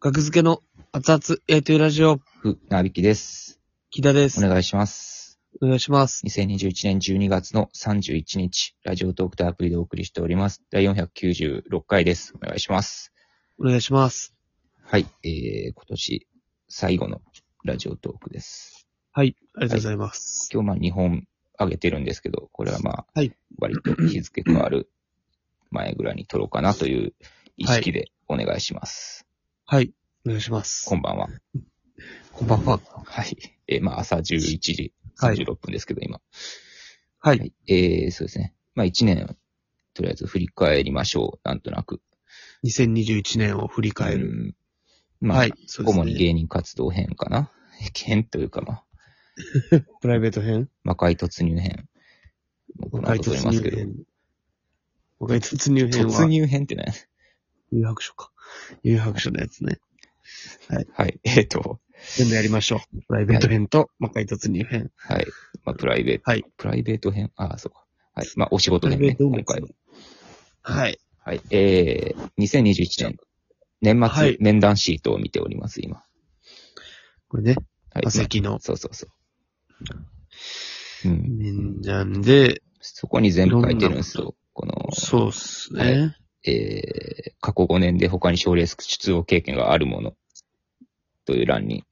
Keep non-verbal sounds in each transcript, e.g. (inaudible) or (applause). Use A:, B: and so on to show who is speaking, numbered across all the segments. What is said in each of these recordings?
A: 学付けの熱々やりとりラジオ、
B: ふ、なびきです。
A: 木田で
B: お
A: す。
B: 願いします。
A: お願いします。
B: 2021年12月の31日、ラジオトークとアプリでお送りしております。第496回です。お願いします。
A: お願いします。
B: はい、えー、今年最後のラジオトークです。
A: はい、ありがとうございます。
B: 今日まあ2本上げてるんですけど、これはまあ、
A: はい
B: 割と日付変わる前ぐらいに撮ろうかなという意識でお願いします。
A: はい、お願いします。
B: こんばんは。
A: こんばんは。
B: はい。えー、まあ朝11時
A: はい
B: 36分ですけど、今。
A: は、
B: はいい。えー、そうですね。まあ、一年、とりあえず振り返りましょう。なんとなく。
A: 2021年を振り返る。
B: る。まあ、
A: はい、そうです
B: 主に
A: ね。
B: 芸人活動編かな。編というか、まあ、
A: プライベート編
B: 魔界突入編。この
A: 若い
B: 後撮り
A: 突
B: ます
A: 入
B: けど。
A: 編。若い突入編
B: 突
A: は、
B: 入編ってね。
A: 誘白書か。誘白書のやつね。
B: はい。 (laughs) えっ、と、
A: 全部やりましょう。プライベート編と若い突入編。
B: はい。まあ、プライベート。
A: はい
B: プライベート編。ああ、そうか。はい。まあ、お仕事編
A: プラ
B: ね
A: イ、ベートも
B: 今回は。
A: はい。
B: はい。えー、2021年、年
A: は
B: 末
A: い、
B: 面談シートを見ております、今。
A: これね、
B: はい。
A: 魔石の
B: そうそうそう。うん。
A: 忍者で、
B: そこに全部書いてるんですよ。この、
A: そうっすね。
B: はいえー、過去5年で他に奨励出場経験があるものという欄に、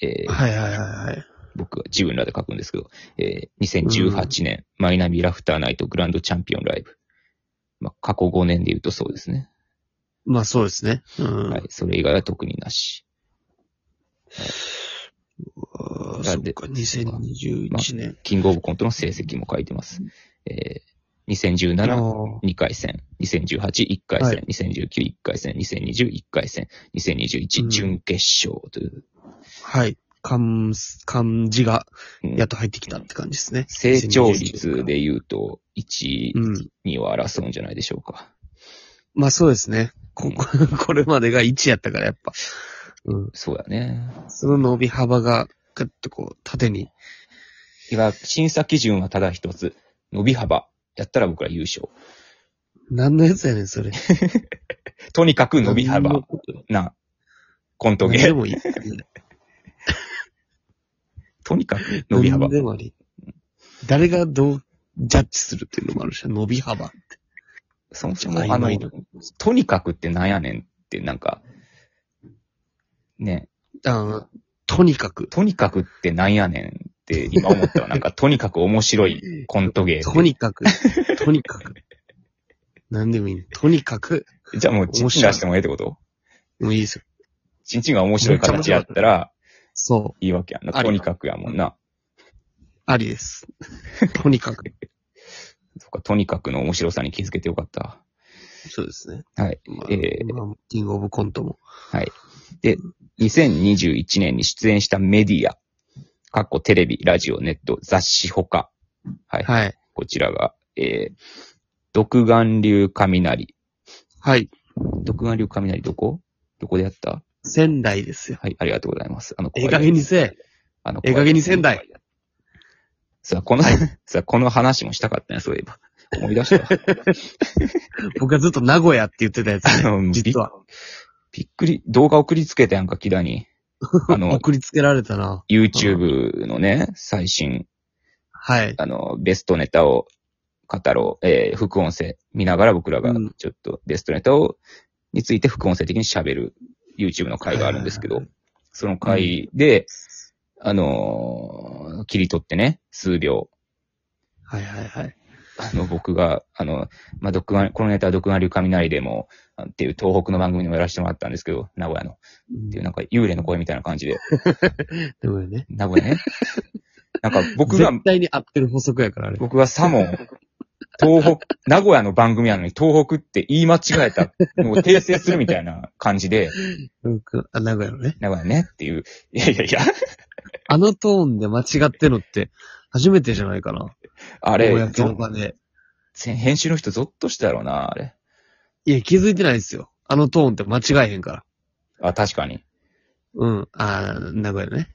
B: えー
A: はいはいはいはい。
B: 僕は自分らで書くんですけど、えー、2018年、マイナビラフターナイトグランドチャンピオンライブ。まあ、過去5年で言うとそうですね。
A: まあそうですね。うん。
B: はい。それ以外は特になし。
A: あー
B: な
A: そっ
B: んで
A: か、2021年。
B: キングオブコントの成績も書いてます。えー、2017、
A: あ
B: 2回戦、2018、1回戦、
A: はい
B: 2019、1回戦、2020、1回戦、2021、
A: うん
B: 準決勝という、
A: ーはい。漢、漢字が、
B: うん
A: やっと入ってきたって感じですね。
B: 成長率で言うと、
A: う
B: 1、
A: ん。
B: 2を争うんじゃないでしょうか。
A: まあそうですね。ここ、 (laughs) これまでが1やったから、やっぱ。うん。
B: そうだね。
A: その伸び幅が、ぐっとこう、縦に。
B: 今、審査基準はただ一つ、伸び幅。やったら僕ら優勝。
A: 何のやつやねん、それ。
B: とにかく (laughs) 伸び
A: 何
B: 幅
A: のこと
B: なコント
A: 何で
B: 芸。
A: もいい。
B: とにかく (laughs) 伸び幅
A: 何。でもあり。誰がどう、ジャッジするっていうのもあるし、伸び幅。
B: そもそも、あ
A: 曖
B: の
A: 昧、な。
B: とにかくってなんやねんって、なんか、ね、
A: あーとにかく。
B: とにかくってなんやねんって今思ったわ。なんか、とにかく面白いコント芸
A: (laughs)
B: で。
A: とにかく、とにかく。何でもいいね。とにかく、
B: じゃあもう、チンチン出してもええってこと
A: もういいですよ。
B: チンチンが面白い形やったら、
A: そう、
B: いいわけやんな。
A: あり
B: とにかくやもんな。
A: あり
B: (laughs)
A: です。とにかく。
B: そっか、とにかくの面白さに気づけてよかった。
A: そうですね。
B: はい。
A: まあ、
B: えー
A: まあキングオブコントも。
B: 2021年に出演したメディア、かっこテレビ、ラジオ、ネット、雑誌ほか。はい。
A: はい。
B: こちらが、えー、独眼流雷。
A: はい。
B: 独眼流雷どこどこでやった
A: 仙台ですよ。
B: はい、ありがとうございます。あの、
A: ええ加減にせえ。
B: あの、
A: ええ加減にせんだい。
B: さあ、この、 (laughs) さあ、この話もしたかったね、そういえば。思い出したわ。
A: 僕はずっと名古屋って言ってたやつ、
B: あの
A: ね。 (laughs) 実は。
B: びっくり、動画送りつけたやんか、木田に。あの、
A: 送りつけられたな。
B: YouTube のね、最新、
A: はい。
B: あの、ベストネタを語ろう、えー副音声見ながら僕らが
A: うん
B: ちょっとベストネタを、について副音声的に喋る YouTube の回があるんですけ
A: は
B: ど
A: い、
B: その回で、あのー切り取ってね、数秒、
A: はいはいはい。
B: あの、僕が、あの、まあ、独眼、このネタは独眼流雷でも、あっていう東北の番組でもやらせてもらったんですけど、名古屋の。
A: うん
B: ってい
A: で
B: うなんか幽霊の声みたいな感じで、
A: もね。
B: 名古屋
A: (laughs)
B: ね。なんか僕が
A: 絶対に合ってる法則やから、あれ。
B: 僕はさも、東北、名古屋の番組なのに東北って言い間違えたのを訂正するみたいな感じで、
A: 僕あ、名古屋のね。
B: 名古屋ねっていう、いやいやいや、
A: あのトーンで間違ってるのって、初めてじゃないかな。
B: あれ、
A: 公の
B: ぞ
A: 場で。
B: 編集の人ゾッとしたやろうな、あれ。
A: いや、気づいてないですよ。あのトーンって間違えへんから。
B: あ、確かに。
A: うん。あー、名古屋 (laughs) ね。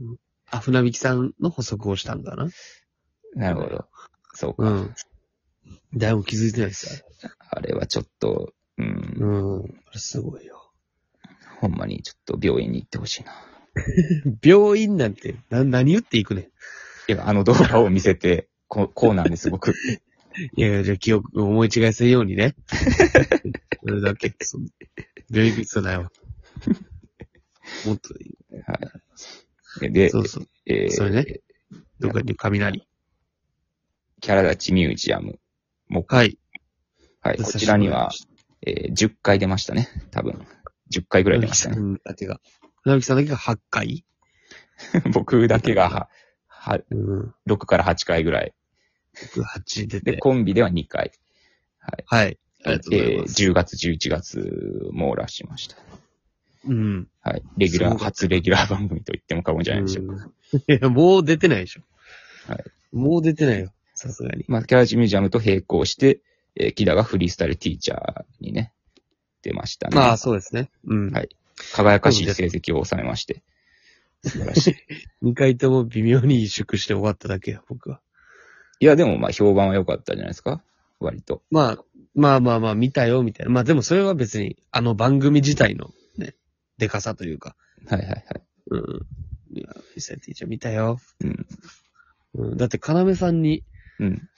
A: うんあ、船引きさんの補足をしたんだな。
B: なるほど。そうか。
A: うん。誰も気づいてないですよ。
B: あれはちょっと、うん、うん。
A: うん。これすごいよ。
B: ほんまにちょっと病院に行ってほしいな。
A: 病院なんて、な、何言っていくね
B: いや、あの動画を見せて、こう、こうなんです、僕。
A: ん。いやいや、じゃあ記憶を思い違いせんように (laughs) ね。それだけ。その病院行く必要ないわ。もっといい。
B: で、
A: そうそう。
B: えー
A: それね。どっかに雷。
B: キャラ立ちミュージアム。
A: はい。
B: はい、こちらには、えー10回出ましたね。多分。10回ぐらい出ましたね。
A: 船木さんだけが。船木さんだけが8回
B: (laughs) 僕だけがは、は、
A: うん。
B: 6から8回ぐらい。
A: 僕8出
B: で、
A: て。
B: コンビでは2回。
A: はい。ありがとうございます。
B: えー10月、11月、網羅しました。
A: うん。
B: はい。レギュラ
A: そ
B: ー、
A: うだ
B: 初レギュラー番組と言っても過言じゃないでしょうか。
A: うん (laughs) いや、もう出てないでしょ。
B: はい。
A: もう出てないよ。さすがに。
B: まあ、キャラジミュージアムと並行して、えーキダがフリースタイルティーチャーにね、出ましたね。
A: まあ、そうですね。うん。
B: はい輝かしい成績を収めまして。素晴らしい。
A: 二回とも微妙に萎縮して終わっただけよ、僕は。
B: いや、でもまあ、評判は良かったんじゃないですか割と。
A: まあ、まあまあまあ、見たよ、みたいな。まあでもそれは別に、あの番組自体のね、でかさというか。
B: はいはいはい。
A: うん。いや、ミサイティーチャー見たよ。
B: うん。
A: うん、だって、要さんに、
B: うん。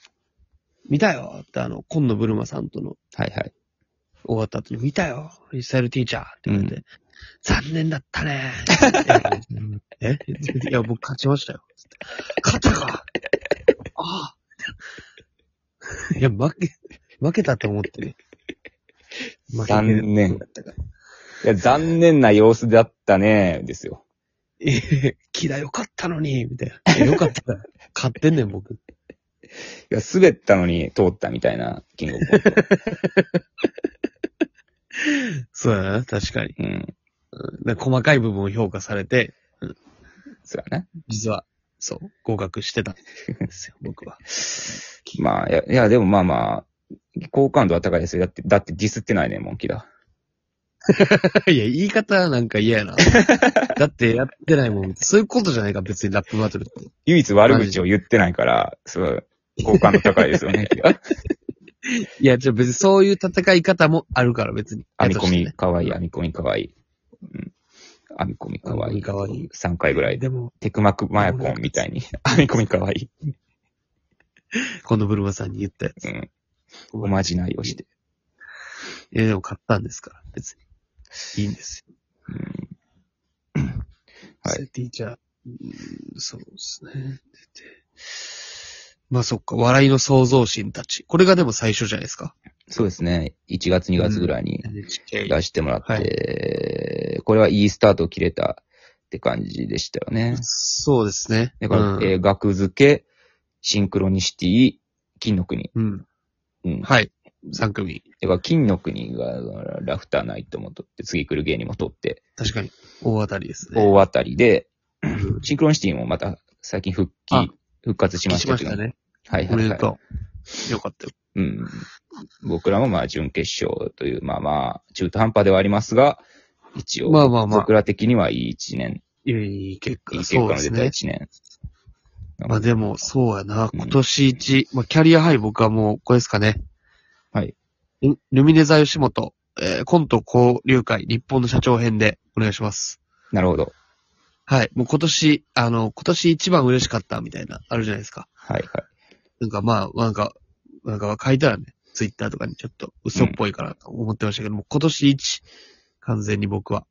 A: 見たよってあの、今野ブルマさんとの
B: はいはい。
A: 終わった後に、見たよフリースタイルティーチャーって言われて、
B: う
A: 残念だったね (laughs) えいや、僕勝ちましたよ。勝ったかああ。いや、負け、負けたと思ってね。負けてる
B: 残念
A: だったから。
B: いや、残念な様子だったね、ですよ。
A: えへキラよかったのに、みたいな。いやよかったから。勝ってんねん、僕。
B: いや、滑ったのに通ったみたいな、キングオブコント。
A: そうだな、確かに。
B: うん。
A: うんだから細かい部分を評価されて、
B: そうやね。
A: 実は、そう、合格してたんですよ、僕は。
B: まあ、いや、いや、でもまあまあ、好感度は高いですよ。だって、だってディスってないね、モンキだ。
A: いや、言い方なんか嫌や
B: (laughs)
A: な。だってやってないもん。そういうことじゃないか、別にラップバトルって。
B: 唯一悪口を言ってないから、すごい、好感度高い (laughs) ですよね。キダ
A: いや、じゃあ別にそういう戦い方もあるから、別に。
B: 編み込
A: や
B: み、かわいい、編み込みかわいい。うん。編み込みかわいい。
A: 編み込み可愛い
B: 3回ぐら
A: つとしてねで
B: いで。
A: も、
B: テクマクマヤコンみたい (laughs) に。編み込みかわいい。
A: このブルマさんに言ったやつ。
B: うん。おまじないをして。
A: いや、でも買ったんですから、別に。いいんですよ。
B: うん。はい
A: はい。ティーチャー、うんそうですね。出て。まあそっか、笑いの創造神たち。これがでも最初じゃないですか。
B: そうですね。1月、2月ぐらいに
A: ちっちゃい
B: 出してもらって、
A: は
B: これはいいスタートを切れたって感じでしたよね。
A: そうですね。
B: だから、
A: うん
B: えー学付け、シンクロニシティ、金の国。
A: うん。
B: うん。
A: はい。3組。
B: だから金の国がラフターナイトも取って、次来る芸人も取って、
A: 確かに、大当たりですね。
B: 大当たり
A: う
B: で、
A: ん
B: シンクロニシティもまた最近復
A: あ
B: 帰、復活しましたけど。
A: ね。
B: はい
A: お
B: はい
A: め
B: は
A: で
B: い。
A: とう。よかったよ。
B: うん。僕らもまあ準決勝という、まあまあ、中途半端ではありますが、一応、
A: まあまあまあ
B: 僕ら的にはいい一年、
A: いいいい結果。
B: いい結果
A: そう
B: の
A: で
B: 出
A: す
B: た
A: ね。
B: 一年。
A: まあでも、そうやな。
B: うん
A: 今年一、まあキャリアハイ僕はもう、これですかね。
B: はい
A: ル。ルミネ座吉本、えーコント交流会、日本の社長編でお願いします。
B: なるほど。
A: はい。もう今年、あの、今年一番嬉しかったみたいな、あるじゃないですか。
B: はいはい。
A: なんかまあ、なんか、なんか書いたらね、ツイッターとかにちょっと嘘っぽいかなと思ってましたけども、今年一、完全に僕は、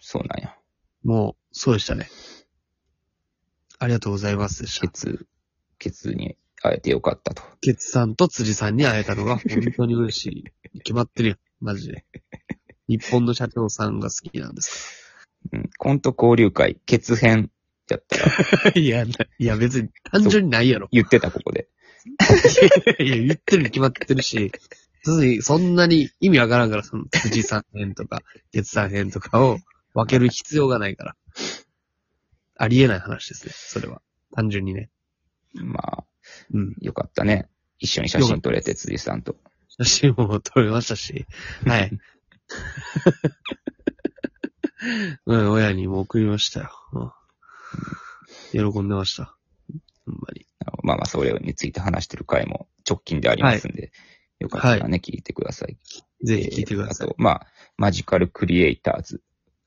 B: そうなんや。
A: もう、そうでしたね。ありがとうございますでした
B: ケ。ツ、ケツに会えてよかったと。
A: ケツさんと辻さんに会えたのが本当に嬉しい。決まってるよ。マジで。日本の社長さんが好きなんです
B: うん。コント交流会、ケツ編、やったら、
A: か (laughs) いや、ないや別に単純にないやろ。
B: 言ってた、ここで。
A: いや、言ってるに決まってるし、別にそんなに意味わからんから、その辻さん編とか、ケツさん編とかを分ける必要がないから。ありえない話ですね、それは。単純にね。
B: まあ、
A: うん。
B: よかったね。一緒に写真撮れて、辻さんと。
A: 写真も撮れましたし、はい。うん、親にも送りましたよ。うん、喜んでました。ほんまに。
B: あの (laughs) まあまあ、それについて話してる回も直近でありますんで、よかったらね、聞いてください。
A: ぜひ聞いてください。
B: あと、まあ、マジカルクリエイターズ。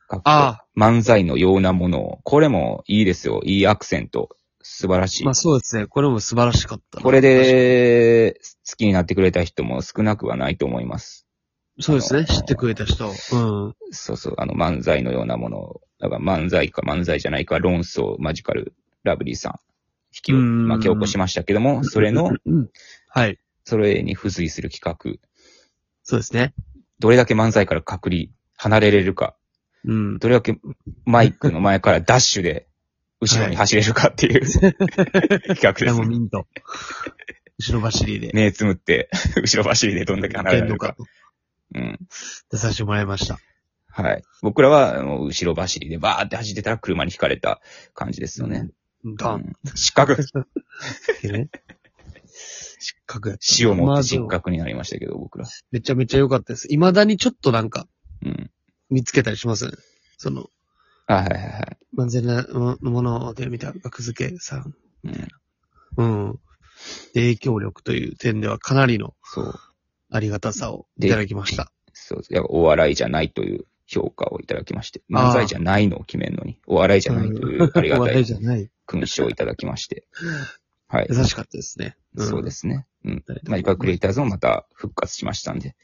B: かっこ
A: あ
B: 漫才のようなものを。これもいいですよ。いいアクセント。素晴らしい。
A: まあそうですね。これも素晴らしかったな。
B: これで、好きになってくれた人も少なくはないと思います。
A: そうです
B: あ
A: ね。
B: の
A: 知ってくれた人。うん。
B: そうそう、あの、漫才のようなものを。だから漫才か漫才じゃないか、論争、マジカル、ラブリーさん。引きを
A: うん
B: 巻き起こしましたけども、それの、
A: うん。はい。
B: それに付随する企画。
A: そうですね。
B: どれだけ漫才から隔離、離れれるか。
A: うん。
B: どれだけマイクの前からダッシュで、後ろに走れるかっていう、企画
A: レ
B: です
A: モ
B: ね。
A: ミント。後ろ走りで。
B: 目つむって、後ろ走りでどんだけ離れられる
A: か
B: か。うん。
A: 出させてもらいました。
B: はい。僕らは、あの後ろ走りでバーって走ってたら車に引かれた感じですよね。
A: ド
B: う
A: ン。
B: ん失格、
A: でね失格やった。
B: 死をも
A: ま
B: っ
A: あ
B: て
A: でも
B: 失格になりましたけど、僕ら。
A: めちゃめちゃ良かったです。未だにちょっとなんか
B: うん。
A: 見つけたりしますよね。その、
B: あ、はいはいはい。
A: 万全なももので見た学付けさん。
B: うん。
A: うん。影響力という点ではかなりの
B: そう。
A: ありがたさをいただきました。
B: そう。やっぱお笑いじゃないという評価をいただきまして、漫才じゃないのを決めるのに、お笑いじゃないというありが
A: お
B: た
A: 笑い
B: い
A: じゃない。
B: 勲章をいただきまして。はい。
A: 優しかったですね。。
B: そうですすね。うん。
A: あり
B: マジカルクリエイターズもまた復活しましたんで、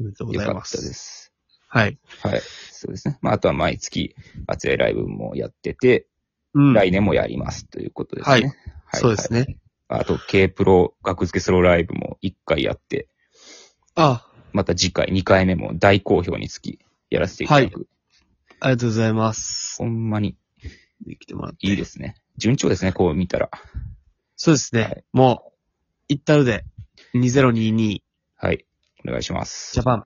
A: がとうご
B: よ
A: ざ
B: か
A: い
B: った
A: ま。
B: ですす。
A: はい。
B: はい。そうですね。まあ、あとは毎月、熱いライブもやってて、
A: うん。
B: 来年もやりますということですね。
A: は
B: はいい。
A: そうです
B: ね。
A: ね。
B: あと、K プロ、学付けソロライブも1回やって、
A: あ、
B: また次回2回目も大好評につき、やらせていただく。
A: ありがとうございます。
B: ほんまに
A: 来てもらって。
B: いいですね。順調ですね、こう見たら。
A: そうですね。
B: はい
A: もう、いったるで、2022
B: はい。お願いします
A: ジャ。パン。